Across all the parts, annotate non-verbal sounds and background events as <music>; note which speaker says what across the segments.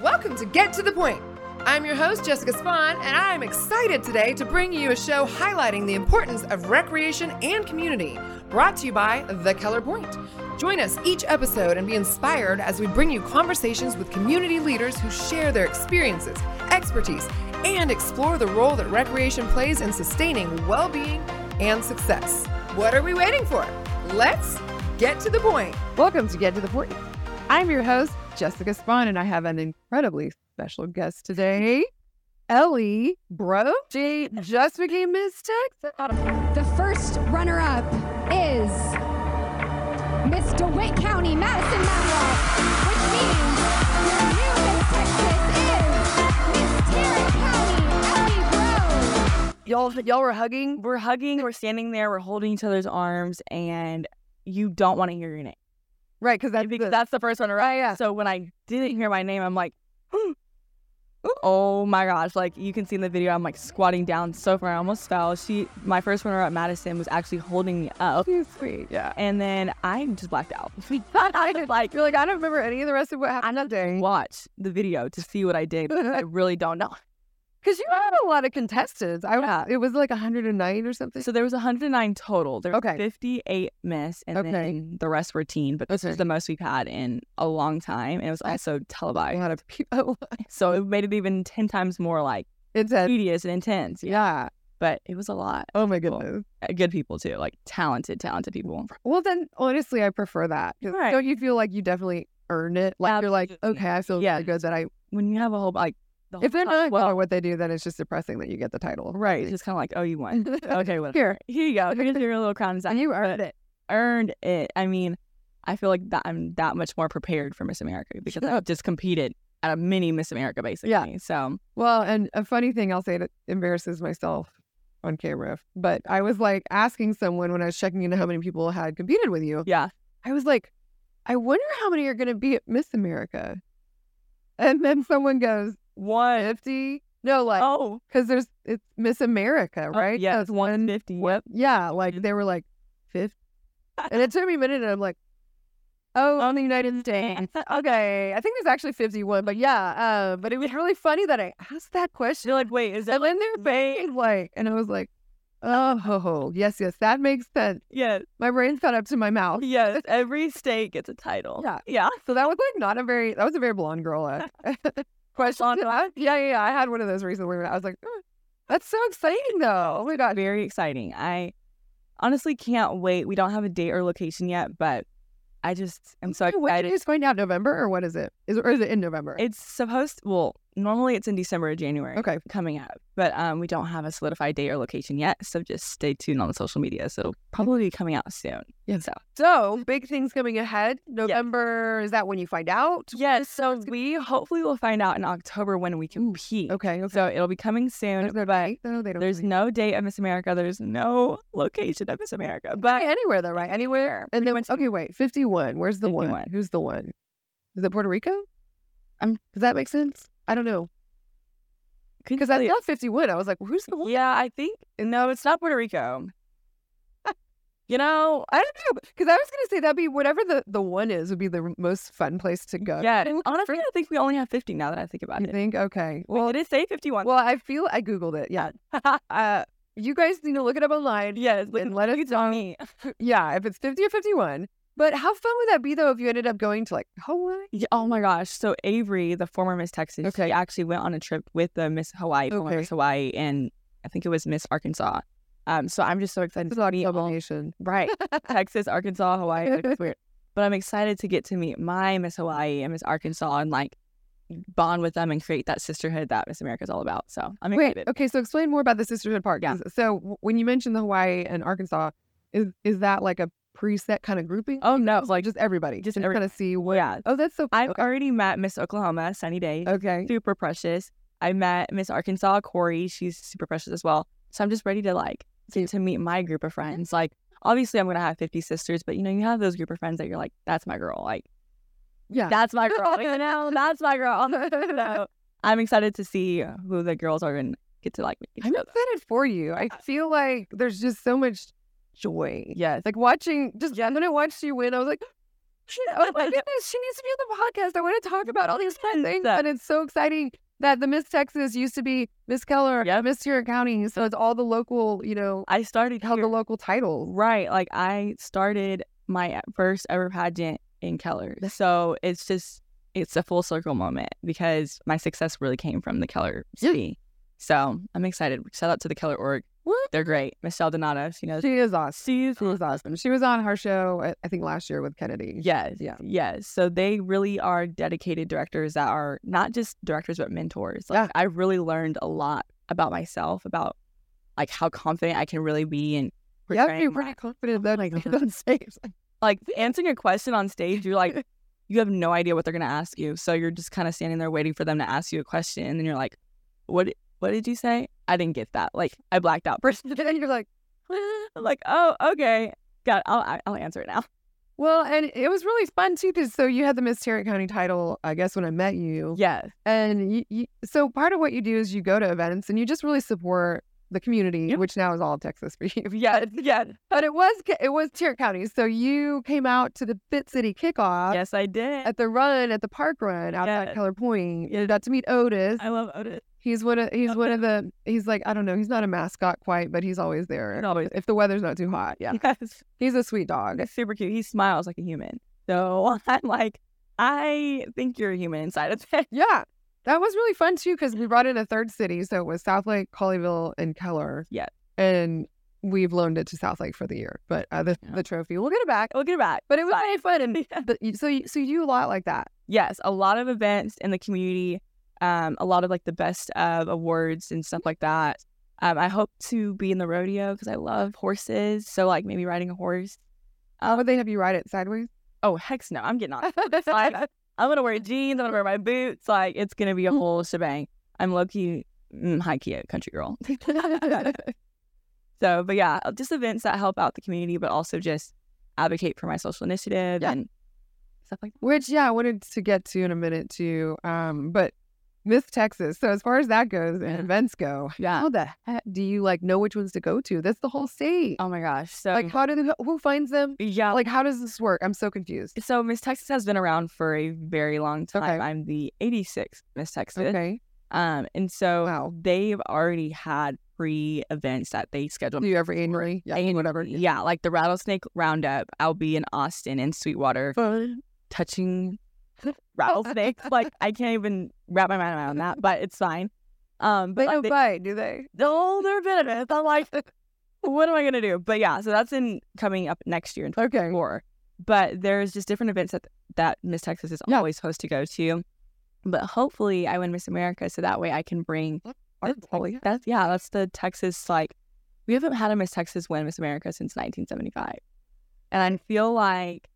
Speaker 1: Welcome to Get to the Point. I'm your host, Jessica Spahn, and I'm excited today to bring you a show highlighting the importance of recreation and community, brought to you by The Keller Point. Join us each episode and be inspired as we bring you conversations with community leaders who share their experiences, expertise, and explore the role that recreation plays in sustaining well being and success. What are we waiting for? Let's get to the point. Welcome to Get to the Point. I'm your host, Jessica Spahn, and I have an incredibly special guest today. Ellie Bro. She just became Miss Texas.
Speaker 2: The first runner up is Miss DeWitt County, Madison Matlock, which means your new Miss Texas is Miss Tarrant County, Ellie Rose.
Speaker 3: y'all y'all were hugging we're hugging we're standing there we're holding each other's arms and you don't want to hear your name
Speaker 1: Right, because that's <laughs>
Speaker 3: because
Speaker 1: the,
Speaker 3: that's the first one right
Speaker 1: yeah.
Speaker 3: so when i didn't hear my name i'm like <gasps> "Hmm. oh my gosh like you can see in the video i'm like squatting down so far i almost fell she my first runner at madison was actually holding me up
Speaker 1: too sweet. Yeah.
Speaker 3: and then i just blacked out <laughs>
Speaker 1: I did like you're like I don't remember any of the rest of what happened that day.
Speaker 3: watch the video to see what i did
Speaker 1: <laughs>
Speaker 3: i really don't know
Speaker 1: Because you had a lot of contestants. I it was like 109 or something.
Speaker 3: So there was 109 total. There were
Speaker 1: Okay.
Speaker 3: 58 miss, and
Speaker 1: Okay.
Speaker 3: then the rest were teen. But this
Speaker 1: Okay.
Speaker 3: was the most we've had in a long time, and it was also
Speaker 1: a
Speaker 3: televised.
Speaker 1: lot of people. <laughs>
Speaker 3: So it made it even 10 times more like
Speaker 1: It's a
Speaker 3: tedious and intense.
Speaker 1: yeah.
Speaker 3: But it was a lot.
Speaker 1: Oh my goodness.
Speaker 3: Uh, Good people too, like talented, talented people.
Speaker 1: Well, then honestly, I prefer that. 'Cause
Speaker 3: Right.
Speaker 1: Don't you feel like you definitely earned it? Like you're like,
Speaker 3: Absolutely.
Speaker 1: okay, I feel
Speaker 3: Yeah.
Speaker 1: really good that I.
Speaker 3: When you have a whole like, the
Speaker 1: If
Speaker 3: whole
Speaker 1: they're not
Speaker 3: Oh, uh, well,
Speaker 1: well, what they do, then it's just depressing that you get the title.
Speaker 3: right, it's just kind of like, oh, you won.
Speaker 1: <laughs> okay.
Speaker 3: Okay, whatever.
Speaker 1: Here,
Speaker 3: Here you go. Here's your little crown. And you earned it. Earned it. I mean, I feel like that I'm that much more prepared for Miss America because I've just competed at a mini Miss America basically. So
Speaker 1: Well, and a funny thing I'll say that embarrasses myself on camera, but I was like asking someone when I was checking into how many people had competed with you.
Speaker 3: yeah.
Speaker 1: I was like, I wonder how many are going to be at Miss America. And then someone goes,
Speaker 3: One.
Speaker 1: 50? No, like,
Speaker 3: Oh,
Speaker 1: because there's, it's Miss America,
Speaker 3: Oh,
Speaker 1: right?
Speaker 3: yeah,
Speaker 1: So
Speaker 3: it's 150. Yep.
Speaker 1: Yeah, like
Speaker 3: Mhm.
Speaker 1: they were like 50.
Speaker 3: <laughs>
Speaker 1: and it took me a minute and I'm like, oh, on the United
Speaker 3: <laughs>
Speaker 1: States. Okay. I think there's actually 51, but yeah. Uh, but it was really funny that I asked that question.
Speaker 3: You're like, wait,
Speaker 1: <laughs>
Speaker 3: is that
Speaker 1: And in their face, like, and I was like, oh, ho, ho. yes, yes, that makes sense.
Speaker 3: yes,
Speaker 1: My brain's got up to my mouth.
Speaker 3: yes. Every state gets a title.
Speaker 1: Yeah.
Speaker 3: Yeah.
Speaker 1: So that was like not a very, that was a very blonde girl
Speaker 3: <laughs>
Speaker 1: uh, <laughs> question.
Speaker 3: Blonde
Speaker 1: I- yeah, yeah, yeah. I had one of those recently where I was like, "Oh, that's so exciting though. Oh my
Speaker 3: <laughs>
Speaker 1: God.
Speaker 3: Very exciting. I honestly can't wait. We don't have a date or location yet, but I just am so
Speaker 1: When did
Speaker 3: excited.
Speaker 1: you find out November or what is it? Is, or is it in November?
Speaker 3: It's supposed well, normally it's in December or January.
Speaker 1: okay.
Speaker 3: coming up, but um, we don't have a solidified date or location yet. So just stay tuned on the social media. So it'll probably be coming out soon.
Speaker 1: Yeah.
Speaker 3: So
Speaker 1: So big things coming ahead. November, is that when you find out?
Speaker 3: <laughs> yes, so we hopefully will find out in October when we compete.
Speaker 1: Okay. okay.
Speaker 3: So it'll be coming soon.
Speaker 1: There's no date, though. They don't
Speaker 3: There's
Speaker 1: really-
Speaker 3: no date of Miss America. There's no location of Miss America.
Speaker 1: Hey,
Speaker 3: <laughs> But
Speaker 1: anywhere though, right? Anywhere. And then,
Speaker 3: much-
Speaker 1: okay, wait, 51. Where's the one?
Speaker 3: 51.
Speaker 1: Who's the one? Is it Puerto Rico?
Speaker 3: I'm-
Speaker 1: Does that make sense? I don't know.
Speaker 3: could
Speaker 1: Because I thought 51. I was like, who's the one?
Speaker 3: yeah, I think no, it's not Puerto Rico. <laughs> you know, I don't know.
Speaker 1: Because I was going to say that'd be whatever the, the one is would be the most fun place to go.
Speaker 3: Yeah, and honestly, I think we only have 50 now that I think about
Speaker 1: You
Speaker 3: it.
Speaker 1: think? Okay.
Speaker 3: Well,
Speaker 1: Well,
Speaker 3: it is say 51.
Speaker 1: well, I feel I Googled it.
Speaker 3: <laughs>
Speaker 1: Yeah. Uh, you guys need to look it up online.
Speaker 3: yes,
Speaker 1: And let us
Speaker 3: it's on me.
Speaker 1: Yeah. If it's 50 or 51. But how fun would that be though if you ended up going to like Hawaii?
Speaker 3: Yeah, oh my gosh. So Avery, the former Miss Texas,
Speaker 1: Okay.
Speaker 3: she actually went on a trip with the Miss Hawaii, former
Speaker 1: Okay.
Speaker 3: Miss Hawaii, and I think it was Miss Arkansas. Um, so I'm just so excited
Speaker 1: There's
Speaker 3: to
Speaker 1: a lot of
Speaker 3: meet all-
Speaker 1: combination.
Speaker 3: right. Texas, Arkansas, Hawaii.
Speaker 1: <laughs>
Speaker 3: like, it's weird. But I'm excited to get to meet my Miss Hawaii and Miss Arkansas and like bond with them and create that sisterhood that Miss America's all about. So I'm
Speaker 1: Wait.
Speaker 3: excited.
Speaker 1: Okay. So explain more about the sisterhood part.
Speaker 3: Yeah.
Speaker 1: 'cause- So w- when you mentioned the Hawaii and Arkansas, is is that like a preset kind of grouping?
Speaker 3: Oh no,
Speaker 1: It's
Speaker 3: like
Speaker 1: like just everybody.
Speaker 3: just
Speaker 1: and
Speaker 3: every-
Speaker 1: kind of see what.
Speaker 3: yeah.
Speaker 1: Oh, that's so.
Speaker 3: I've
Speaker 1: okay.
Speaker 3: already met Miss Oklahoma, Sunny Day.
Speaker 1: okay.
Speaker 3: super precious. I met Miss Arkansas Corey. She's super precious as well. So I'm just ready to like get to meet my group of friends. Like obviously I'm gonna have 50 sisters, but you know you have those group of friends that you're like, that's my girl. Like
Speaker 1: Yeah.
Speaker 3: that's
Speaker 1: <laughs>
Speaker 3: my girl. You know, that's my girl. <laughs> so I'm excited to see who the girls are and get to like meet each
Speaker 1: I'm
Speaker 3: other.
Speaker 1: excited for you. I feel like there's just so much joy.
Speaker 3: Yes.
Speaker 1: Like watching, just yeah. when I watched you win, I was like, oh
Speaker 3: <laughs>
Speaker 1: my goodness, she needs to be on the podcast. I want to talk about all these fun things. And it's so exciting that the Miss Texas used to be Miss Keller,
Speaker 3: Yep.
Speaker 1: Miss Sierra County. So it's all the local, you know,
Speaker 3: <laughs> I started
Speaker 1: held the
Speaker 3: here-
Speaker 1: local title.
Speaker 3: Right. Like I started my e, first ever pageant in Keller. So it's just it's a full circle moment because my success really came from the Keller city. So I'm excited. Shout out to the Keller org. They're great. Michelle Donatos, you know.
Speaker 1: She is awesome.
Speaker 3: She's
Speaker 1: <laughs> She was awesome. She was on her show, I- I think, last year with Kennedy.
Speaker 3: yes,
Speaker 1: Yeah.
Speaker 3: yes. So they really are dedicated directors that are not just directors but mentors.
Speaker 1: Yeah.
Speaker 3: Like I really learned a lot about myself, about like how confident I can really be and
Speaker 1: Yeah,
Speaker 3: portraying
Speaker 1: you're pretty confident that <laughs> I
Speaker 3: God.
Speaker 1: get on stage.
Speaker 3: like answering a question on stage, you're like, you have no idea what they're gonna ask you. So you're just kind of standing there waiting for them to ask you a question, and then you're like, what What did you say? I didn't get that. Like I blacked out. First,
Speaker 1: And then you're like,
Speaker 3: <laughs> I'm like, oh, okay, got. It. I'll I- I'll answer it now. <laughs>
Speaker 1: well, and it was really fun too, because so you had the Miss Tarrant County title, I guess, when I met you.
Speaker 3: Yes,
Speaker 1: And you, you, so part of what you do is you go to events and you just really support the community,
Speaker 3: Yep.
Speaker 1: which now is all of Texas for <laughs> you.
Speaker 3: yes, yes,
Speaker 1: But it was it was Tarrant County. So you came out to the Fit City kickoff
Speaker 3: yes. I did.
Speaker 1: at the run at the park run outside
Speaker 3: Yes.
Speaker 1: Keller Point. You got to meet Otis.
Speaker 3: I love Otis.
Speaker 1: He's one of he's
Speaker 3: Love
Speaker 1: one of the he's like I don't know he's not a mascot quite, but he's always there.
Speaker 3: He's always
Speaker 1: if the weather's not too hot. Yeah,
Speaker 3: <laughs> Yes,
Speaker 1: he's a sweet dog.
Speaker 3: Otis, super cute. He smiles like a human. So <laughs> I'm like, I think you're a human inside of <laughs> it.
Speaker 1: Yeah, that was really fun too because we brought in a third city, so it was Southlake, Colleyville, and Keller.
Speaker 3: Yeah.
Speaker 1: and we've loaned it to Southlake for the year, but uh, the
Speaker 3: Yeah.
Speaker 1: the trophy we'll get it back.
Speaker 3: We'll get it back. <laughs>
Speaker 1: But it was really fun, and
Speaker 3: Yeah.
Speaker 1: but you- so you, so you do a lot like that.
Speaker 3: yes, a lot of events in the community, um, a lot of like the best of awards and stuff like that. Um, I hope to be in the rodeo because I love horses. So like maybe riding a horse. Um,
Speaker 1: How would they have you ride it
Speaker 3: <laughs>
Speaker 1: sideways?
Speaker 3: Oh heck no, I'm getting
Speaker 1: <laughs>
Speaker 3: on. I, I'm gonna wear jeans. I'm gonna wear my boots. Like it's
Speaker 1: <laughs>
Speaker 3: gonna be a whole shebang. I'm low key, mm, high key, a country
Speaker 1: <laughs>
Speaker 3: girl. So, but yeah, uh, just events that help out the community, but also just advocate for my social initiative
Speaker 1: Yeah.
Speaker 3: and stuff like that.
Speaker 1: Which yeah, I wanted to get to in a minute too. Um, but Miss Texas. So as far as that goes and
Speaker 3: Yeah.
Speaker 1: events go,
Speaker 3: Yeah.
Speaker 1: how the heck do you like know which ones to go to? That's the whole state.
Speaker 3: Oh my gosh. So
Speaker 1: like how do they, who finds them?
Speaker 3: yeah,
Speaker 1: Like how does this work? I'm so confused.
Speaker 3: So Miss Texas has been around for a very long time.
Speaker 1: Okay.
Speaker 3: I'm the 86th Miss Texas.
Speaker 1: Okay.
Speaker 3: Um, and so
Speaker 1: Wow.
Speaker 3: they've already had pre events that they scheduled.
Speaker 1: Do you ever annually? Yeah.
Speaker 3: And-
Speaker 1: whatever.
Speaker 3: Yeah, like the rattlesnake roundup. I'll be in Austin in Sweetwater
Speaker 1: Fun. <laughs>
Speaker 3: touching rattlesnakes. like I can't even wrap my mind around that, but it's fine. Um,
Speaker 1: They
Speaker 3: but
Speaker 1: don't
Speaker 3: like, they-
Speaker 1: bite, do they?
Speaker 3: the older benefits. I'm like, <laughs> what am I gonna do? But yeah, so that's in coming up next year in
Speaker 1: Okay.
Speaker 3: more. But there's just different events that that Miss Texas is
Speaker 1: Yeah.
Speaker 3: always supposed to go to. But hopefully, I win Miss America, so that way I can bring.
Speaker 1: That's all we have.
Speaker 3: That's yeah, that's the Texas like. We haven't had a Miss Texas win Miss America since 1975, and I feel like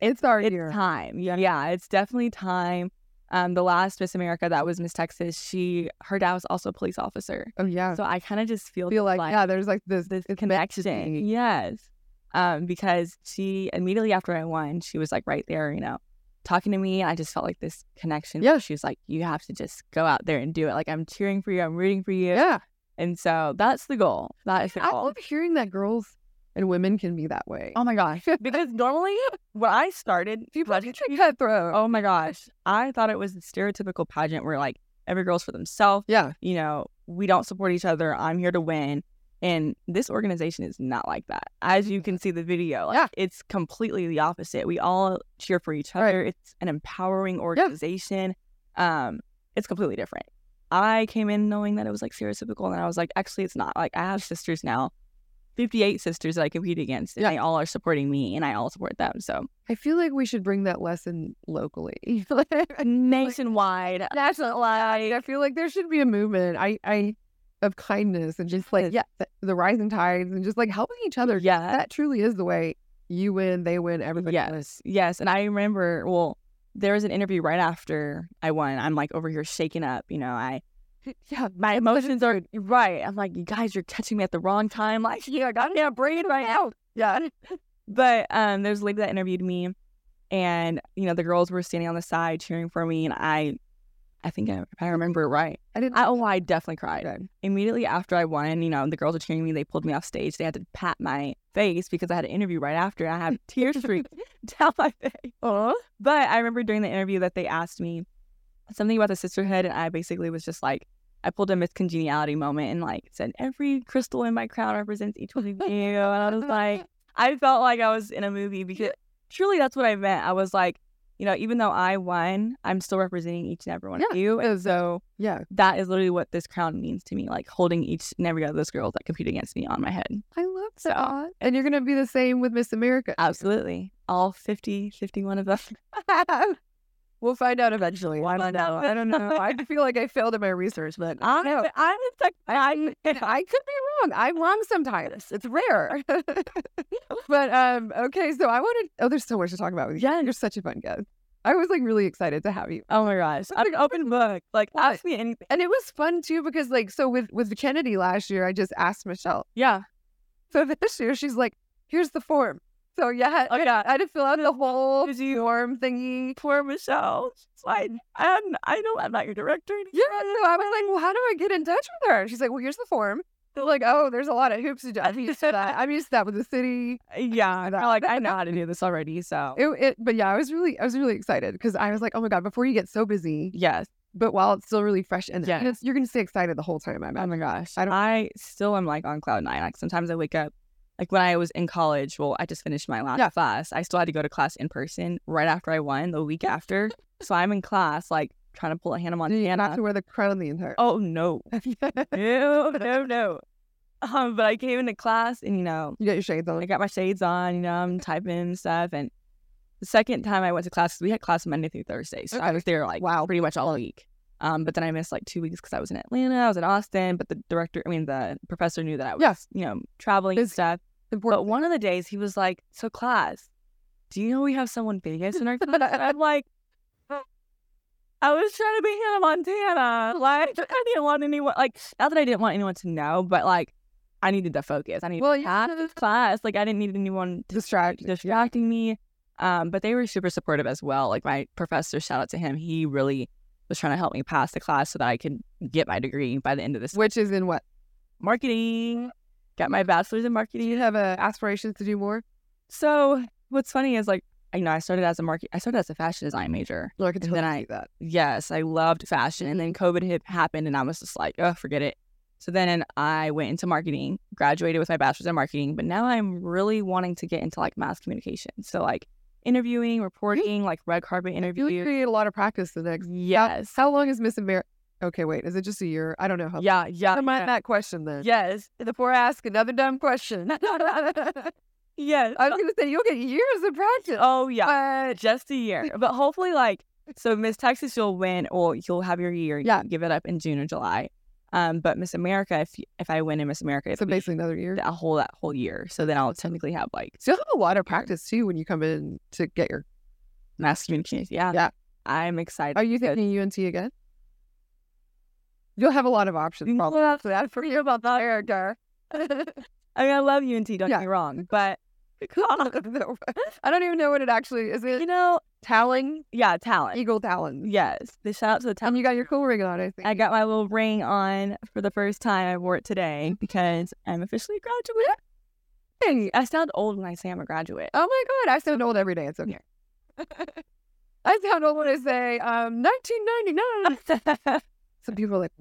Speaker 1: It's our
Speaker 3: it's
Speaker 1: year.
Speaker 3: time. Yeah, yeah, it's definitely time. Um, the last Miss America that was Miss Texas, she her dad was also a police officer,
Speaker 1: Oh yeah.
Speaker 3: so I kind of just feel
Speaker 1: I feel like, yeah, there's like this,
Speaker 3: this
Speaker 1: it's meant to
Speaker 3: connection.
Speaker 1: be.
Speaker 3: Yes. Um, because she immediately after I won, she was like right there, you know, talking to me. And I just felt like this connection.
Speaker 1: Yeah.
Speaker 3: She was like, you have to just go out there and do it. Like, I'm cheering for you. I'm rooting for you.
Speaker 1: Yeah.
Speaker 3: And so that's the goal. That is the
Speaker 1: I
Speaker 3: goal.
Speaker 1: love hearing that girls and women can be that way.
Speaker 3: Oh
Speaker 1: <laughs>
Speaker 3: my gosh. because normally when I started,
Speaker 1: People
Speaker 3: like,
Speaker 1: think they're cutthroat.
Speaker 3: oh my gosh, I thought it was the stereotypical pageant where like every girl's for themselves.
Speaker 1: Yeah.
Speaker 3: You know, we don't support each other. I'm here to win. And this organization is not like that. As you can see the video, like,
Speaker 1: Yeah.
Speaker 3: it's completely the opposite. We all cheer for each other. It's an empowering organization. Um, it's completely different. I came in knowing that it was like stereotypical, and I was like, actually, it's not. Like, I have sisters now, 58 sisters that I compete against, and
Speaker 1: Yeah.
Speaker 3: they all are supporting me, and I all support them. So
Speaker 1: I feel like we should bring that lesson locally. <laughs>
Speaker 3: nationwide,
Speaker 1: National line. I feel like there should be a movement. I, I of kindness and just like
Speaker 3: Yes.
Speaker 1: yeah, the, the rising tides and just like helping each other.
Speaker 3: yeah,
Speaker 1: That truly is the way you win, they win, everybody
Speaker 3: yes,
Speaker 1: wins.
Speaker 3: yes. And I remember, well, there was an interview right after I won. I'm like over here shaking up, you know. <laughs> I
Speaker 1: Yeah,
Speaker 3: my emotions are right. I'm like, you guys, you're catching me at the wrong time. Like, <laughs> yeah, I got to brain right now. Yeah. <laughs> But um, there's a lady that interviewed me, and you know the girls were standing on the side cheering for me, and I I think I, if I remember right.
Speaker 1: I didn't.
Speaker 3: I, oh, I definitely cried. Immediately after I won, you know, the girls were cheering me. They pulled me off stage. They had to pat my face because I had an interview right after. And I had tears streak <laughs> down my face. But I remember during the interview that they asked me something about the sisterhood, and I basically was just like, I pulled a Miss Congeniality moment and like said, every crystal in my crown represents each one of you. And I was like, I felt like I was in a movie because truly that's what I meant. I was like, you know, even though I won, I'm still representing each and every one of
Speaker 1: Yeah,
Speaker 3: you. And
Speaker 1: it's-
Speaker 3: so
Speaker 1: Yeah,
Speaker 3: that is literally what this crown means to me, like holding each and every one of those girls that compete against me on my head.
Speaker 1: I love that. And you're gonna be the same with Miss America. <laughs>
Speaker 3: Absolutely. All 50, 51 of them. <laughs>
Speaker 1: we'll find out eventually.
Speaker 3: Why
Speaker 1: I
Speaker 3: not?
Speaker 1: don't know. I don't know. I feel like I failed in my research, <laughs> but I don't know.
Speaker 3: I'm I,
Speaker 1: And I could be wrong. I'm wrong sometimes. It's rare. <laughs> but um, okay, so I wanted. Oh, there's so much to talk about with you. Yeah, you're such a fun guest. I was like really excited to have you.
Speaker 3: <laughs> oh my gosh. I'm an open book. Like,
Speaker 1: What?
Speaker 3: ask me anything.
Speaker 1: And it was fun too because like so with with Kennedy last year, I just asked Michelle.
Speaker 3: Yeah.
Speaker 1: So this year she's like, here's the form. So yeah,
Speaker 3: Oh,
Speaker 1: I- I had to fill out the whole
Speaker 3: Did you-
Speaker 1: form thingy.
Speaker 3: Poor Michelle. It's like, I'm, I know I'm not your director. anymore.
Speaker 1: Yeah, so I was like, well, how do I get in touch with her? She's like, well, here's the form. They're like, oh, there's a lot of hoops to do. I'm used to that. I'm used to that with the
Speaker 3: <laughs>
Speaker 1: city.
Speaker 3: Yeah. I'm like, I know how to do this already. So,
Speaker 1: It, it, but yeah, I was really, I was really excited because I was like, oh my god, before you get so busy,
Speaker 3: yes.
Speaker 1: but while it's still really fresh and
Speaker 3: Yes.
Speaker 1: and it's, you're gonna stay excited the whole time. I'm
Speaker 3: Oh my gosh.
Speaker 1: I
Speaker 3: I,
Speaker 1: don't-
Speaker 3: still am like on cloud nine. Like sometimes I wake up, like when I was in college, well, I just finished my last
Speaker 1: Yeah.
Speaker 3: class. I still had to go to class in person right after I won the week after. so I'm in class, like trying to pull a Hannah
Speaker 1: not
Speaker 3: Montana.
Speaker 1: to wear the crown the entire.
Speaker 3: Oh, no.
Speaker 1: <laughs> you
Speaker 3: No, no, no. Um, but I came into class and, you know,
Speaker 1: got your shades on.
Speaker 3: I got my shades on, you know, I'm typing and stuff. And the second time I went to class, we had class Monday through Thursday. So I was there like wow, pretty much all week. Um, but then I missed like two weeks because I was in Atlanta, I was in Austin, but the director, I mean, the professor knew that I was,
Speaker 1: Yeah.
Speaker 3: <laughs> you know, traveling and
Speaker 1: Busy.
Speaker 3: stuff.
Speaker 1: Important.
Speaker 3: But one of the days he was like, So, class, do you know we have someone biggest in our class? And I'm like, "Oh." I was trying to be Hannah Montana. Like, I didn't want anyone, like, not that I didn't want anyone to know, but like, I needed the focus. I needed
Speaker 1: Well,
Speaker 3: well,
Speaker 1: you-
Speaker 3: half of class. Like, I didn't need anyone to
Speaker 1: Distracted.
Speaker 3: distracting me. Um, but they were super supportive as well. Like, my professor, shout out to him, he really was trying to help me pass the class so that I could get my degree by the end of this
Speaker 1: Which is in what?
Speaker 3: marketing. Got my bachelor's in
Speaker 1: Do
Speaker 3: marketing.
Speaker 1: you have uh, aspirations to do more?
Speaker 3: So what's funny is like I know I started as a market I started as a fashion design major.
Speaker 1: No, I can
Speaker 3: And
Speaker 1: totally
Speaker 3: then I-
Speaker 1: see that.
Speaker 3: Yes, I loved fashion and then COVID hit, happened and I was just like, oh, forget it. So then I went into marketing, graduated with my bachelor's in marketing, but now I'm really wanting to get into like mass communication. So like interviewing, reporting, like red carpet
Speaker 1: You
Speaker 3: interview.
Speaker 1: create a lot of practice the next.
Speaker 3: Yes.
Speaker 1: How long is Miss America? Okay, wait. Is it just a year? I don't know how.
Speaker 3: Yeah, yeah.
Speaker 1: Never mind
Speaker 3: yeah.
Speaker 1: that question then.
Speaker 3: Yes.
Speaker 1: Before I ask another dumb question, <laughs> I was
Speaker 3: Yes.
Speaker 1: gonna say you'll get years of practice.
Speaker 3: <laughs> Oh yeah.
Speaker 1: But
Speaker 3: just a year. But hopefully, like, so Miss Texas, you'll win, or you'll have your year. You
Speaker 1: Yeah.
Speaker 3: can give it up in June or July. Um, but Miss America, if you- if I win in Miss America, it's
Speaker 1: so basically another year.
Speaker 3: a whole that whole year. So then I'll technically have like
Speaker 1: So you'll have a lot of practice too when you come in to get your.
Speaker 3: mass communication. Yeah,
Speaker 1: Yeah.
Speaker 3: I'm excited.
Speaker 1: Are you thinking UNT again? You'll have a lot of options. <laughs> Probably.
Speaker 3: I forget about
Speaker 1: <laughs>
Speaker 3: that, Erica. I mean, I love UNT. Don't
Speaker 1: Yeah.
Speaker 3: get me wrong, but <laughs>
Speaker 1: I don't even know what it actually is.
Speaker 3: you
Speaker 1: It
Speaker 3: know,
Speaker 1: Talon,
Speaker 3: yeah, talent.
Speaker 1: eagle talon.
Speaker 3: Yes, the shout out to the talent.
Speaker 1: And you got your cool ring on. I think.
Speaker 3: I got my little ring on for the first time. I wore it today because I'm officially a graduate. Hey, I sound old when I say I'm a graduate. <laughs>
Speaker 1: Oh my god, I sound old every day. It's okay. I sound old when I say um 1999. Some people are like,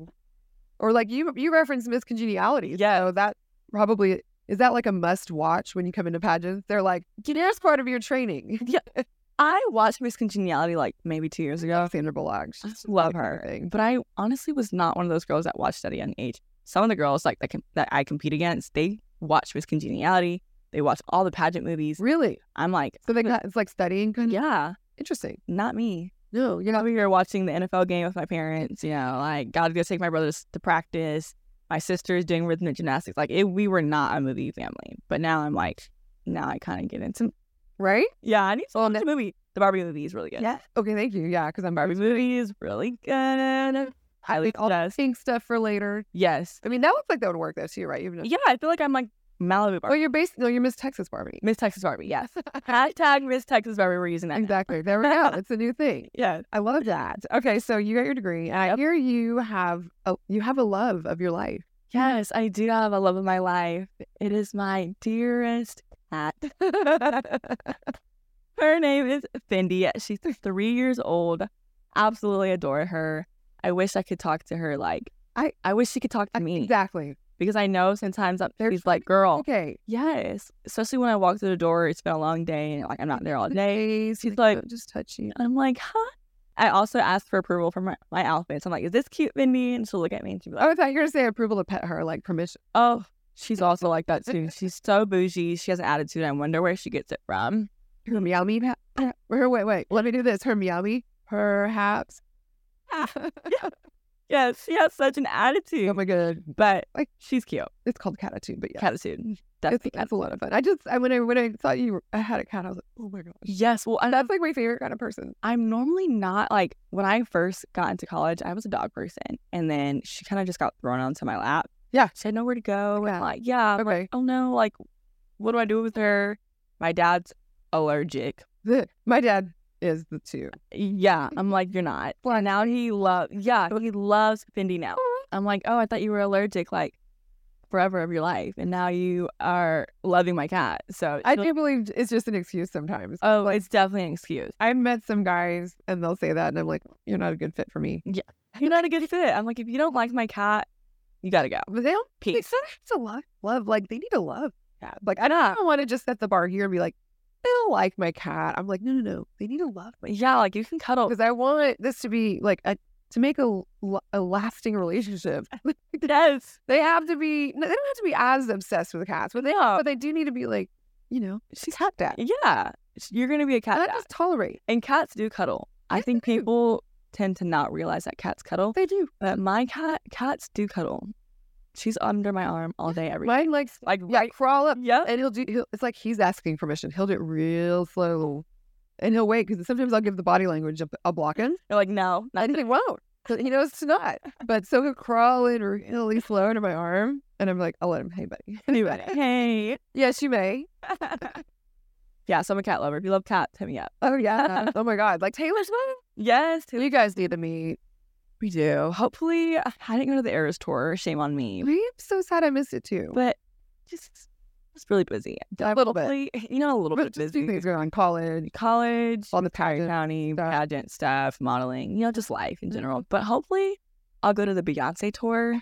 Speaker 1: or like you you reference Miss Congeniality.
Speaker 3: Yeah.
Speaker 1: so that probably is that like a must watch when you come into pageants. They're like, here's part of your
Speaker 3: <laughs>
Speaker 1: training.
Speaker 3: I watched Miss Congeniality like maybe two years ago,
Speaker 1: Sandra Bullock, she's
Speaker 3: just love
Speaker 1: doing
Speaker 3: her.
Speaker 1: everything.
Speaker 3: but I honestly was not one of those girls that watched at a young age. Some of the girls like that, com- that I compete against, they watch Miss Congeniality. They watch all the pageant movies.
Speaker 1: Really?
Speaker 3: I'm like,
Speaker 1: So they got it's like studying. Kind of?
Speaker 3: yeah,
Speaker 1: Interesting.
Speaker 3: not me.
Speaker 1: No, you're not.
Speaker 3: over here watching the NFL game with my parents. You know, like got to go take my brothers to practice. My sister is doing rhythmic gymnastics. Like it, we were not a movie family, but now I'm like, now I kind of get into.
Speaker 1: Right?
Speaker 3: Yeah, I need to
Speaker 1: Well,
Speaker 3: watch a movie. The Barbie movie is really good.
Speaker 1: Okay, thank you. Yeah, because I'm
Speaker 3: Barbie
Speaker 1: Barbie.
Speaker 3: movie is really good. Highly
Speaker 1: All
Speaker 3: suggest.
Speaker 1: pink stuff for later.
Speaker 3: Yes.
Speaker 1: I mean, that looks like that would work though too, right? Even if-
Speaker 3: Yeah, I feel like I'm like Malibu
Speaker 1: Oh,
Speaker 3: Barbie.
Speaker 1: you're based. No, you're Miss Texas Barbie.
Speaker 3: Miss Texas Barbie, yes. <laughs> Hashtag Miss Texas Barbie, we're using that. Mm-hmm. now.
Speaker 1: Exactly. There we go. It's a new thing.
Speaker 3: Yeah.
Speaker 1: I love that. Okay, so you got your degree. and I hear you have a you have a love of your life.
Speaker 3: Yes, I do have a love of my life. It is my dearest cat. <laughs> her name is Fendi. She's three years old. Absolutely adore her. I wish I could talk to her like I,
Speaker 1: I-
Speaker 3: I wish she could talk to me
Speaker 1: Exactly.
Speaker 3: because I know sometimes I'm,
Speaker 1: They're
Speaker 3: she's like, girl,
Speaker 1: Okay.
Speaker 3: yes. Especially when I walk through the door, it's been a long day and like I'm not there <laughs> all day.
Speaker 1: Days.
Speaker 3: She's like-
Speaker 1: just touchy.
Speaker 3: I'm like, huh? I also asked for approval for my, my outfits. I'm like, is this cute, Fendi? And she'll look at me and she'll be like,
Speaker 1: Oh, I thought you were gonna say approval to pet her, like permission.
Speaker 3: Oh, she's also like that too. She's so bougie. She has an attitude. I wonder where she gets it from.
Speaker 1: Her meow me. Wait, wait, wait. Let me do this. Her meow me. Perhaps. <laughs>
Speaker 3: Oh Yes, she has such an
Speaker 1: Oh
Speaker 3: attitude,
Speaker 1: my god.
Speaker 3: but
Speaker 1: Like-
Speaker 3: she's cute.
Speaker 1: It's called catitude, but yeah.
Speaker 3: Catitude,
Speaker 1: It's,
Speaker 3: definitely.
Speaker 1: it's a lot of fun. I just I when I when I thought you were, I had a cat, I was like, oh my gosh.
Speaker 3: Yes, well, and
Speaker 1: That's like my favorite kind of person.
Speaker 3: I'm normally not like when I first got into college, I was a dog person, and then she kind of just got thrown onto my lap.
Speaker 1: Yeah.
Speaker 3: she had nowhere to go,
Speaker 1: Yeah.
Speaker 3: and like, yeah, I'm like,
Speaker 1: Okay.
Speaker 3: oh no, like, what do I do with her? My dad's allergic.
Speaker 1: The, my dad is the two.
Speaker 3: Yeah, I'm like, you're not. Well, now he loves. Yeah, he loves Fendi now. I'm like, oh, I thought you were allergic like forever of your life, and now you are loving my cat. So
Speaker 1: I
Speaker 3: she'll-
Speaker 1: do believe it's just an excuse sometimes.
Speaker 3: <laughs> Oh, it's definitely an excuse.
Speaker 1: I've met some guys and they'll say that, and I'm like, you're not a good fit for me.
Speaker 3: You're not a good fit. I'm like, if you don't like my cat, you gotta go.
Speaker 1: But they don't. They
Speaker 3: Peace.
Speaker 1: sometimes it's a love. Love. Like they need to love. Cat. Like I don't, want to just set the bar here and be like, they don't like my cat. I'm like, no, no, no. They need to love me
Speaker 3: Yeah, like you can
Speaker 1: <laughs>
Speaker 3: cuddle.
Speaker 1: because I want this to be like a to make a l- a lasting <laughs> relationship.
Speaker 3: Yes,
Speaker 1: they have to be. No, they don't have to be as obsessed with cats, but they are. But they do need to be like, you know, she's cat dad.
Speaker 3: yeah. You're gonna be a cat,
Speaker 1: And I
Speaker 3: dad.
Speaker 1: just tolerate.
Speaker 3: and cats do cuddle. I
Speaker 1: Yes,
Speaker 3: think
Speaker 1: they do.
Speaker 3: people tend to not realize that cats cuddle,
Speaker 1: They do.
Speaker 3: but my cat, cats do cuddle. She's under my arm all day, every day.
Speaker 1: Mine likes
Speaker 3: Like,
Speaker 1: yeah, Mm-hmm. crawl up
Speaker 3: yeah.
Speaker 1: and he'll do. He'll, it's like he's asking permission. He'll do it real slow, and he'll wait because sometimes I'll give the body language a, a blocking,
Speaker 3: You're like, no, not
Speaker 1: and he won't. 'cause He knows it's not. But so he'll crawl in really slow into my arm, and I'm like, I'll let him. Hey, buddy. <laughs>
Speaker 3: anybody.
Speaker 1: Anyway,
Speaker 3: Hey.
Speaker 1: yes, you may.
Speaker 3: yeah, so I'm a cat lover. If you love cats, hit me up.
Speaker 1: Oh yeah. <laughs> oh my God. Like Taylor's mom.
Speaker 3: Yes,
Speaker 1: You guys need to meet.
Speaker 3: we do. Hopefully, I didn't go to the Eras tour. Shame on me.
Speaker 1: I'm so sad I missed it too.
Speaker 3: But just, just really busy.
Speaker 1: A little bit.
Speaker 3: Hopefully- you know, a little
Speaker 1: But
Speaker 3: bit
Speaker 1: just two
Speaker 3: busy.
Speaker 1: things going on: college,
Speaker 3: College,
Speaker 1: on the
Speaker 3: Tyler
Speaker 1: pageant.
Speaker 3: County,
Speaker 1: stuff.
Speaker 3: pageant stuff, modeling. You know, just life in general. But hopefully, I'll go to the Beyonce tour.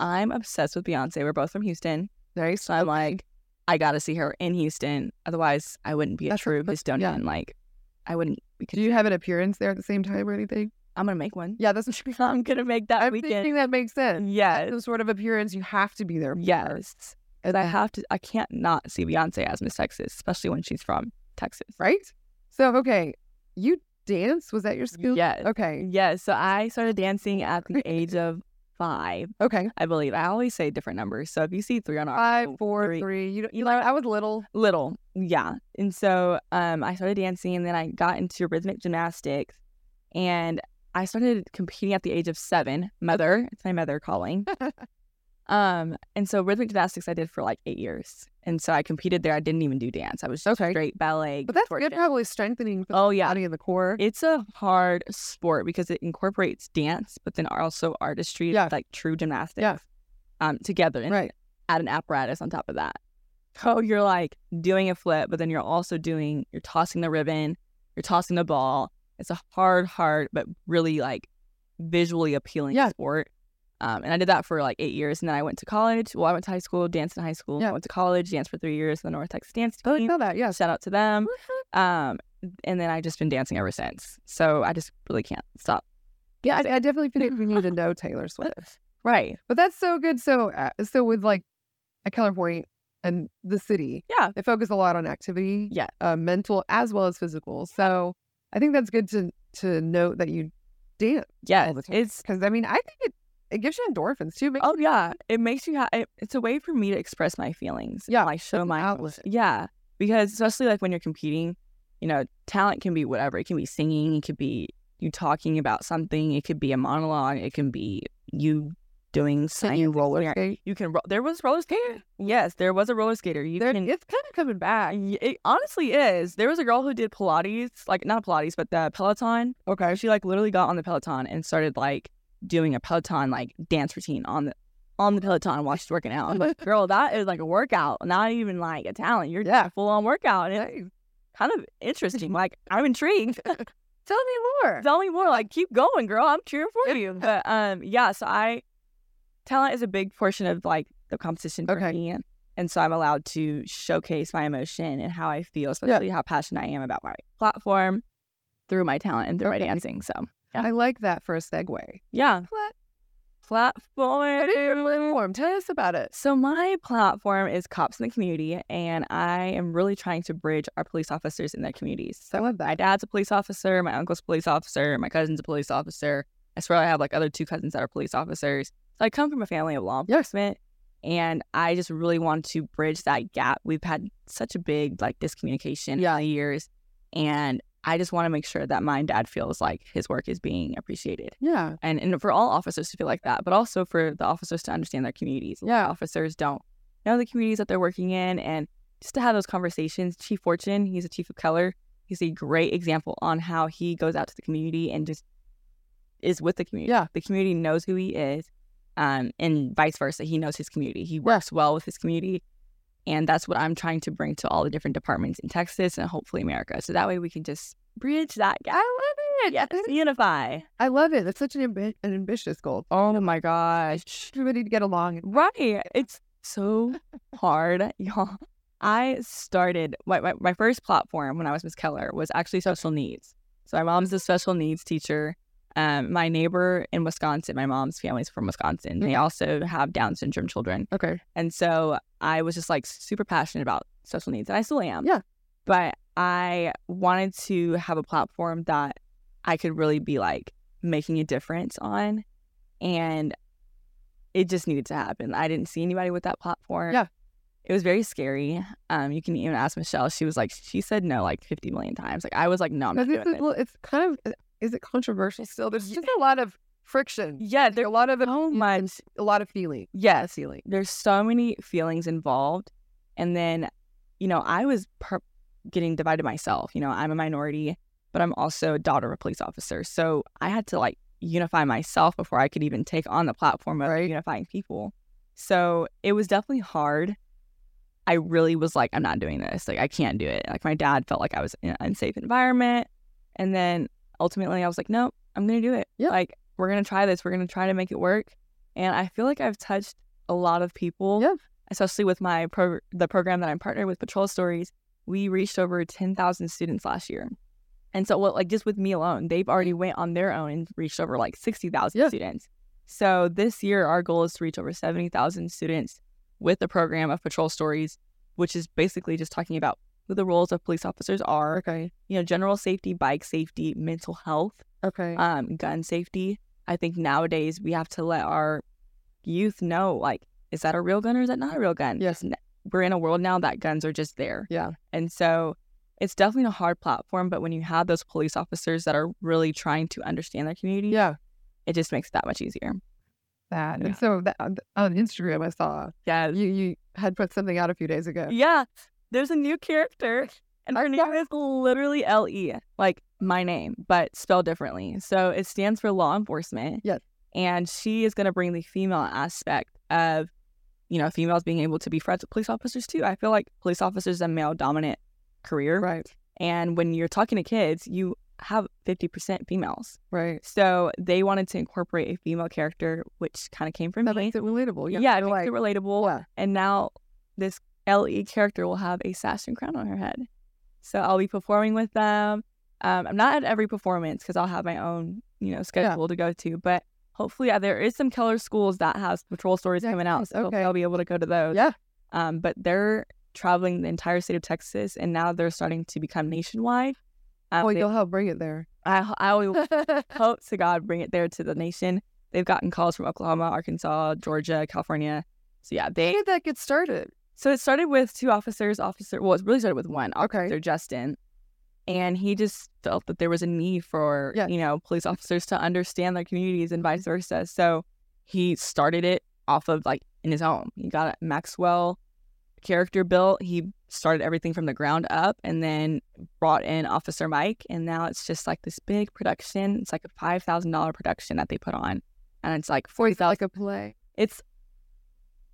Speaker 3: I'm obsessed with Beyonce. We're both from Houston,
Speaker 1: Nice.
Speaker 3: so I'm like, I gotta see her in Houston. Otherwise, I wouldn't be a
Speaker 1: That's a-
Speaker 3: true
Speaker 1: but-
Speaker 3: Houstonian.
Speaker 1: yeah.
Speaker 3: Like, I wouldn't. We could.
Speaker 1: Do you have an appearance there at the same time or anything?
Speaker 3: I'm gonna make one.
Speaker 1: Yeah, that's what you
Speaker 3: <laughs> I'm gonna make that
Speaker 1: I'm
Speaker 3: weekend.
Speaker 1: thinking that makes sense.
Speaker 3: Yes.
Speaker 1: some sort of appearance, you have to be there. for.
Speaker 3: Yes.
Speaker 1: And
Speaker 3: But I
Speaker 1: I have,
Speaker 3: have to, I can't not see Beyonce as Miss Texas, especially when she's from Texas.
Speaker 1: right? So, okay, you dance? Was that your skill?
Speaker 3: Yes.
Speaker 1: Okay.
Speaker 3: Yes. So I started dancing at
Speaker 1: <laughs>
Speaker 3: the age of five,
Speaker 1: Okay.
Speaker 3: I believe. I always say different numbers. So if you see three on our
Speaker 1: Five, four,
Speaker 3: three.
Speaker 1: three. You don't, you know, I was little.
Speaker 3: little, yeah. And so um, I started dancing and then I got into rhythmic gymnastics and I started competing at the age of seven. Mother, it's my mother
Speaker 1: <laughs>
Speaker 3: calling. um, and so rhythmic gymnastics I did for like eight years. And so I competed there. I didn't even do dance. I was just
Speaker 1: Okay.
Speaker 3: straight ballet.
Speaker 1: But that's
Speaker 3: contortionist.
Speaker 1: good, probably strengthening for the
Speaker 3: Oh yeah,
Speaker 1: body and the core.
Speaker 3: it's a hard sport because it incorporates dance, but then also artistry,
Speaker 1: Yeah.
Speaker 3: like true gymnastics,
Speaker 1: Yeah.
Speaker 3: um, together and
Speaker 1: right.
Speaker 3: add an apparatus on top of that. So you're like doing a flip, but then you're also doing you're tossing the ribbon, you're tossing the ball. It's a hard, hard, but really like visually appealing
Speaker 1: Yeah.
Speaker 3: sport. Um, and I did that for like eight years, and then I went to college. Well, I went to high school, danced in high school.
Speaker 1: Yeah.
Speaker 3: I went to college, danced for three years in the North Texas dance
Speaker 1: Oh, I
Speaker 3: team.
Speaker 1: saw that. Yes.
Speaker 3: Shout out to them um and then i just been dancing ever since so i just really can't stop
Speaker 1: Yeah, I, I
Speaker 3: <laughs>
Speaker 1: definitely feel like we need to know Taylor Swift.
Speaker 3: right
Speaker 1: But that's so good. So, uh, so with like a color point and the city,
Speaker 3: Yeah.
Speaker 1: they focus a lot on activity,
Speaker 3: Yeah.
Speaker 1: uh, mental as well as physical. So, I think that's good to to note that you dance.
Speaker 3: yeah
Speaker 1: the time.
Speaker 3: it's
Speaker 1: Because I mean, I think it it gives you endorphins too. Maybe
Speaker 3: oh yeah it makes you ha- it, it's a way for me to express my feelings
Speaker 1: Yeah,
Speaker 3: like show
Speaker 1: an
Speaker 3: my
Speaker 1: outlet.
Speaker 3: yeah because especially like when you're competing you know talent can be whatever it can be singing it could be you talking about something it could be a monologue it can be you doing sign roller.
Speaker 1: skate?
Speaker 3: You can. Ro- there was roller skater. Yes, there was a roller skater. You
Speaker 1: There-
Speaker 3: can.
Speaker 1: it's kind of coming
Speaker 3: Y-
Speaker 1: back.
Speaker 3: It honestly is. There was a girl who did Pilates, like not Pilates, but the Peloton. Okay. She like literally got on the Peloton and started like doing a Peloton like dance routine on the on the Peloton while she's working out. I'm like, girl, that is like a workout, not even like a talent. You're yeah.
Speaker 1: Yeah.
Speaker 3: full on workout. And it's
Speaker 1: Nice.
Speaker 3: kind of <laughs> interesting. Like I'm intrigued.
Speaker 1: Tell me <laughs> more.
Speaker 3: Tell me more. Like keep going, girl. I'm cheering for you. But um, yeah. So I talent is a big portion of like the competition for
Speaker 1: Okay.
Speaker 3: me, and, and so I'm allowed to showcase my emotion and how I feel, especially how passionate I am about my platform through my talent and through my
Speaker 1: Okay.
Speaker 3: dancing. So Yeah.
Speaker 1: I like that for a segue.
Speaker 3: yeah,
Speaker 1: Plat- What is your
Speaker 3: platform.
Speaker 1: platform? Tell us about it.
Speaker 3: So my platform is cops in the community, and I am really trying to bridge our police officers in their communities.
Speaker 1: I love
Speaker 3: my
Speaker 1: that.
Speaker 3: dad's a police officer, my uncle's a police officer, my cousin's a police officer. I swear I have like other two cousins that are police officers. So I come from a family of law enforcement and I just really want to bridge that gap. We've had such a big like discommunication
Speaker 1: Yeah.
Speaker 3: in the years and I just want to make sure that my dad feels like his work is being appreciated
Speaker 1: Yeah.
Speaker 3: and, and for all officers to feel like that, but also for the officers to understand their communities. A lot of
Speaker 1: Yeah.
Speaker 3: officers don't know the communities that they're working in, and just to have those conversations. Chief Fortune, he's a chief of color. He's a great example on how he goes out to the community and just is with the community.
Speaker 1: Yeah.
Speaker 3: the community knows who he is, um, and vice versa. He knows his community. He works well with his community. And that's what I'm trying to bring to all the different departments in Texas and hopefully America. So that way we can just bridge that
Speaker 1: I
Speaker 3: gap.
Speaker 1: love it.
Speaker 3: Yes, unify.
Speaker 1: I love it. That's such an, ambi- an ambitious goal.
Speaker 3: Oh my gosh.
Speaker 1: Everybody to get along. And-
Speaker 3: Right. It's so hard, y'all. I started my, my, my first platform when I was Miss Keller was actually special needs. So my mom's a special needs teacher. Um, my neighbor in Wisconsin, my mom's family's from Wisconsin. They also have Down syndrome children.
Speaker 1: Okay.
Speaker 3: And so I was just like super passionate about special needs, and I still am.
Speaker 1: Yeah.
Speaker 3: But I wanted to have a platform that I could really be like making a difference on. And it just needed to happen. I didn't see anybody with that platform.
Speaker 1: Yeah.
Speaker 3: It was very scary. Um, you can even ask Michelle. She was like, she said no like 50 million times. Like, Um, I was like, no, I'm not
Speaker 1: Because It's,
Speaker 3: doing
Speaker 1: a
Speaker 3: it.
Speaker 1: little- it's kind of, uh, is it controversial still? There's just a lot of friction. <laughs>
Speaker 3: Yeah,
Speaker 1: There's
Speaker 3: there
Speaker 1: a lot of,
Speaker 3: so much
Speaker 1: a lot of feeling.
Speaker 3: Oh Yeah, ceiling. There's so many feelings involved. And then, you know, I was per- getting divided myself. You know, I'm a minority, but I'm also a daughter of a police officer. So I had to like unify myself before I could even take on the platform of
Speaker 1: Right.
Speaker 3: unifying people. So it was definitely hard. I really was like, I'm not doing this. Like, I can't do it. Like, my dad felt like I was in an unsafe environment. And then ultimately, I was like, nope, I'm going to do it.
Speaker 1: Yeah.
Speaker 3: Like, we're going to try this. We're going to try to make it work. And I feel like I've touched a lot of people,
Speaker 1: Yeah.
Speaker 3: especially with my pro- the program that I'm partnered with, Patrol Stories. We reached over 10,000 students last year. And so, well, like just with me alone, they've already went on their own and reached over like 60,000
Speaker 1: Yeah.
Speaker 3: students. So this year, our goal is to reach over 70,000 students with the program of Patrol Stories, which is basically just talking about who the roles of police officers are,
Speaker 1: Okay.
Speaker 3: you know, general safety, bike safety, mental health,
Speaker 1: Okay.
Speaker 3: um, gun safety. I think nowadays we have to let our youth know, like, is that a real gun or is that not a real gun?
Speaker 1: Yes.
Speaker 3: It's- We're in a world now that guns are just there.
Speaker 1: Yeah.
Speaker 3: And so it's definitely a hard platform, but when you have those police officers that are really trying to understand their community,
Speaker 1: yeah.
Speaker 3: it just makes it that much easier.
Speaker 1: That.
Speaker 3: Yeah.
Speaker 1: And so that, on on Instagram, I saw
Speaker 3: Yeah.
Speaker 1: you, you had put something out a few days ago.
Speaker 3: Yeah. There's a new character, and her name is literally L.E., like my name, but spelled differently. So it stands for law enforcement.
Speaker 1: Yes.
Speaker 3: And she is going to bring the female aspect of, you know, females being able to be friends with police officers too. I feel like police officers is a male dominant career.
Speaker 1: Right.
Speaker 3: And when you're talking to kids, you have 50% females.
Speaker 1: Right.
Speaker 3: So they wanted to incorporate a female character, which kind of came from
Speaker 1: That
Speaker 3: me.
Speaker 1: makes it relatable.
Speaker 3: Yeah, it
Speaker 1: You're like,
Speaker 3: makes it relatable.
Speaker 1: yeah.
Speaker 3: And now this LE character will have a sash and crown on her head. So I'll be performing with them. Um, I'm not at every performance because I'll have my own, you know, schedule to go to. But hopefully, yeah, there is some color schools that have patrol stories coming out.
Speaker 1: nice.
Speaker 3: So hopefully
Speaker 1: Okay.
Speaker 3: I'll be able to go to those.
Speaker 1: Yeah.
Speaker 3: Um, but they're traveling the entire state of Texas, and now they're starting to become nationwide. Um,
Speaker 1: well,
Speaker 3: they-
Speaker 1: you'll help bring it there.
Speaker 3: <laughs> I, I will
Speaker 1: <laughs>
Speaker 3: hope to God bring it there to the nation. They've gotten calls from Oklahoma, Arkansas, Georgia, California. So yeah,
Speaker 1: How
Speaker 3: they
Speaker 1: did that get started?
Speaker 3: so it started with two officers, officer. Well, it really started with one officer,
Speaker 1: Okay.
Speaker 3: Justin, and he just felt that there was a need for
Speaker 1: Yeah. Mm-hmm.
Speaker 3: you know police officers to understand their communities and vice versa. So He started it off of like in his home. He got a Maxwell character built. He started everything from the ground up and then brought in Officer Mike. And now it's just like this big production. It's like a five thousand dollar production that they put on. And it's like forty
Speaker 1: It's
Speaker 3: thousand
Speaker 1: like a play.
Speaker 3: it's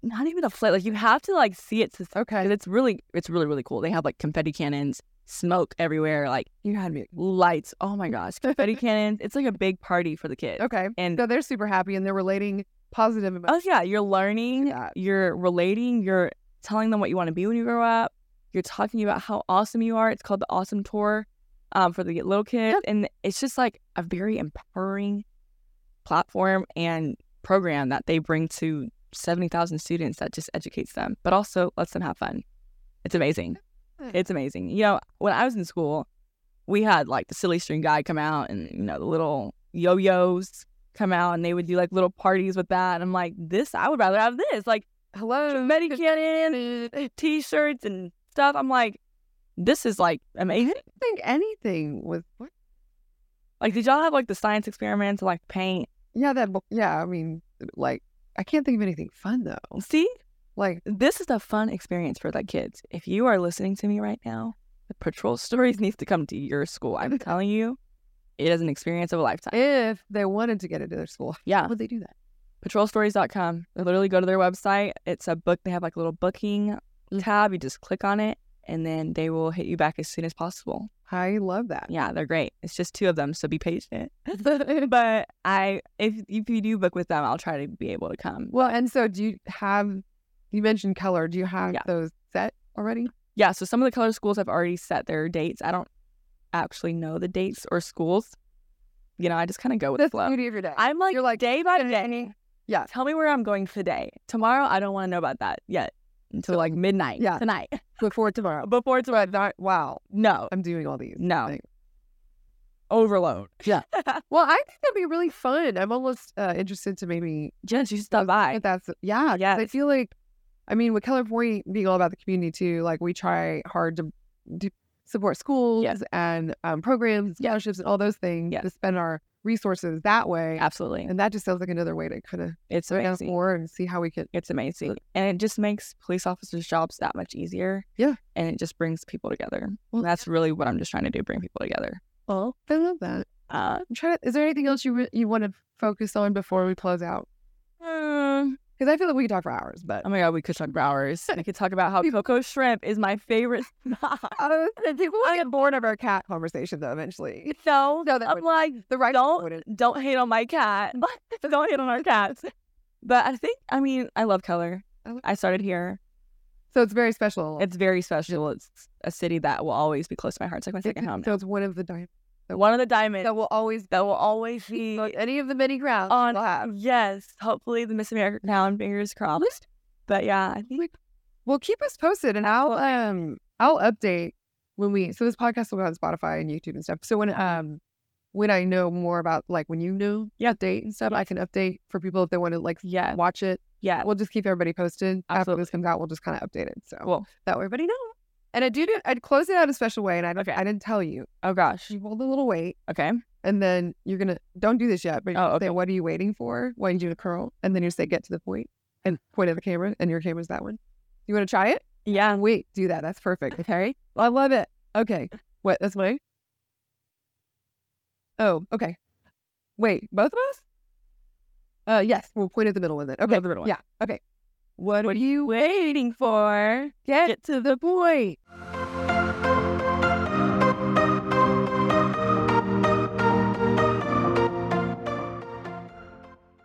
Speaker 3: not even a flit. Like you have to like see it to
Speaker 1: Okay.
Speaker 3: and it's really it's really really cool. They have like confetti cannons, smoke everywhere. Like you had me lights. Oh my gosh,
Speaker 1: <laughs>
Speaker 3: confetti cannons. It's like a big party for the kids.
Speaker 1: Okay.
Speaker 3: And
Speaker 1: No, they're super happy and they're relating positive
Speaker 3: oh
Speaker 1: emotions.
Speaker 3: yeah, you're learning,
Speaker 1: that.
Speaker 3: you're relating, you're telling them what you want to be when you grow up. You're talking about how awesome you are. It's called the Awesome Tour um, for the little kids, and it's just like a very empowering platform and program that they bring to seventy thousand students that just educates them, but also lets them have fun. It's amazing.
Speaker 1: Mm.
Speaker 3: It's amazing. You know, when I was in school, we had like the silly string guy come out, and you know the little yo-yos come out, and they would do like little parties with that. And I'm like, this I would rather have this. Like
Speaker 1: Hello.
Speaker 3: many cannons, <laughs> t-shirts, and stuff. I'm like, this is like amazing.
Speaker 1: I think anything with what?
Speaker 3: Like, did y'all have like the science experiments, like paint?
Speaker 1: Yeah, that. bo- Yeah, I mean, like I can't think of anything fun though.
Speaker 3: See,
Speaker 1: Like
Speaker 3: this is a fun experience for the kids. If you are listening to me right now, the patrol stories needs to come to your school. I'm telling you, it is an experience of a lifetime.
Speaker 1: if they wanted to get into their school,
Speaker 3: Yeah.
Speaker 1: how would they do that?
Speaker 3: patrolstories.com. I literally go to their website. It's a book. They have like a little booking tab. You just click on it and then they will hit you back as soon as possible.
Speaker 1: I love that.
Speaker 3: Yeah, they're great. It's just two of them, so be patient. <laughs> but I if if you do book with them, I'll try to be able to come.
Speaker 1: Well, and so do you have? You mentioned color. Do you have
Speaker 3: Yeah.
Speaker 1: those set already?
Speaker 3: Yeah, so some of the color schools have already set their dates. I don't actually know the dates or schools. You know, I just kind of go with the
Speaker 1: That's the
Speaker 3: flow.
Speaker 1: beauty of your day.
Speaker 3: I'm like,
Speaker 1: You're like,
Speaker 3: day by
Speaker 1: "Can
Speaker 3: day.
Speaker 1: Yeah.
Speaker 3: Tell me where I'm going today. Tomorrow, I don't want to know about that yet until like midnight.
Speaker 1: yeah.
Speaker 3: Tonight. <laughs>
Speaker 1: look forward tomorrow.
Speaker 3: Before it's
Speaker 1: But not, wow,
Speaker 3: no,
Speaker 1: I'm doing all these.
Speaker 3: no.
Speaker 1: Like-
Speaker 3: Overload.
Speaker 1: Well, I think that'd be really fun. I'm almost uh, interested to maybe
Speaker 3: Jen, you should stop by.
Speaker 1: But that's yeah. 'cause I
Speaker 3: Yes.
Speaker 1: feel like, I mean, with Keller Point being all about the community too, like we try hard to, do support schools and um, programs,
Speaker 3: Yeah.
Speaker 1: scholarships, and all those things
Speaker 3: Yes.
Speaker 1: to spend our resources that way.
Speaker 3: Absolutely.
Speaker 1: And that just sounds like another way to kind of
Speaker 3: It's
Speaker 1: down
Speaker 3: amazing.
Speaker 1: more and see how we could.
Speaker 3: It's amazing. And it just makes police officers' jobs that much easier.
Speaker 1: Yeah.
Speaker 3: And it just brings people together.
Speaker 1: Well,
Speaker 3: And that's really what I'm just trying to do bring people together.
Speaker 1: Well, I love that.
Speaker 3: Uh,
Speaker 1: I'm trying. To, is there anything else you re- you want to focus on before we close out?
Speaker 3: mm,
Speaker 1: Because I feel like we could talk for hours, but <laughs>
Speaker 3: oh my God, we could talk for hours. I could talk about how Coco Shrimp is my favorite <laughs> snack.
Speaker 1: uh, we'll get bored of our cat conversation though eventually.
Speaker 3: <laughs> No,
Speaker 1: No, that
Speaker 3: I'm
Speaker 1: would-
Speaker 3: like,
Speaker 1: The right
Speaker 3: don't
Speaker 1: wouldn't.
Speaker 3: don't hate on my cat.
Speaker 1: Mm.
Speaker 3: <laughs> don't hate on our cats. But I think, I mean, I love color.
Speaker 1: I love-
Speaker 3: I started here.
Speaker 1: So it's very special.
Speaker 3: It's very special. It's a city that will always be close to my heart. It's like my second home.
Speaker 1: so it's one of the diamonds.
Speaker 3: One of the diamonds
Speaker 1: that will always
Speaker 3: that will always be
Speaker 1: on any of the many grounds
Speaker 3: on
Speaker 1: we'll have.
Speaker 3: yes hopefully the miss america crown fingers crossed but yeah i think
Speaker 1: Well, keep us posted, and I'll um I'll update when we. So this podcast will go on Spotify and YouTube and stuff. So when um when I know more about like when you know
Speaker 3: Yeah.
Speaker 1: the date and stuff, I can update for people if they want to like
Speaker 3: yeah
Speaker 1: watch it.
Speaker 3: yeah
Speaker 1: We'll just keep everybody posted after this
Speaker 3: Absolutely.
Speaker 1: comes out. We'll just kind of update it so
Speaker 3: Cool.
Speaker 1: that way everybody knows. And I do. I'd close it out a special way, and I don't-
Speaker 3: Okay.
Speaker 1: I didn't tell you.
Speaker 3: oh gosh
Speaker 1: You hold a little weight,
Speaker 3: okay
Speaker 1: and then you're gonna don't do this yet, but you're
Speaker 3: Oh,
Speaker 1: gonna say,
Speaker 3: okay.
Speaker 1: "What are you waiting for?" While you do the curl, and then you say, "Get to the point," and point at the camera, and your camera's that one. You want to try it?
Speaker 3: yeah
Speaker 1: Wait, do that. That's perfect.
Speaker 3: okay
Speaker 1: I love it. Okay, what? That's mine. Oh, okay. Wait, both of us? Uh, yes. We'll point at the middle one then. Okay,
Speaker 3: the middle one.
Speaker 1: Yeah. Okay. What,
Speaker 3: what
Speaker 1: do
Speaker 3: are you waiting for
Speaker 1: get
Speaker 3: get to the point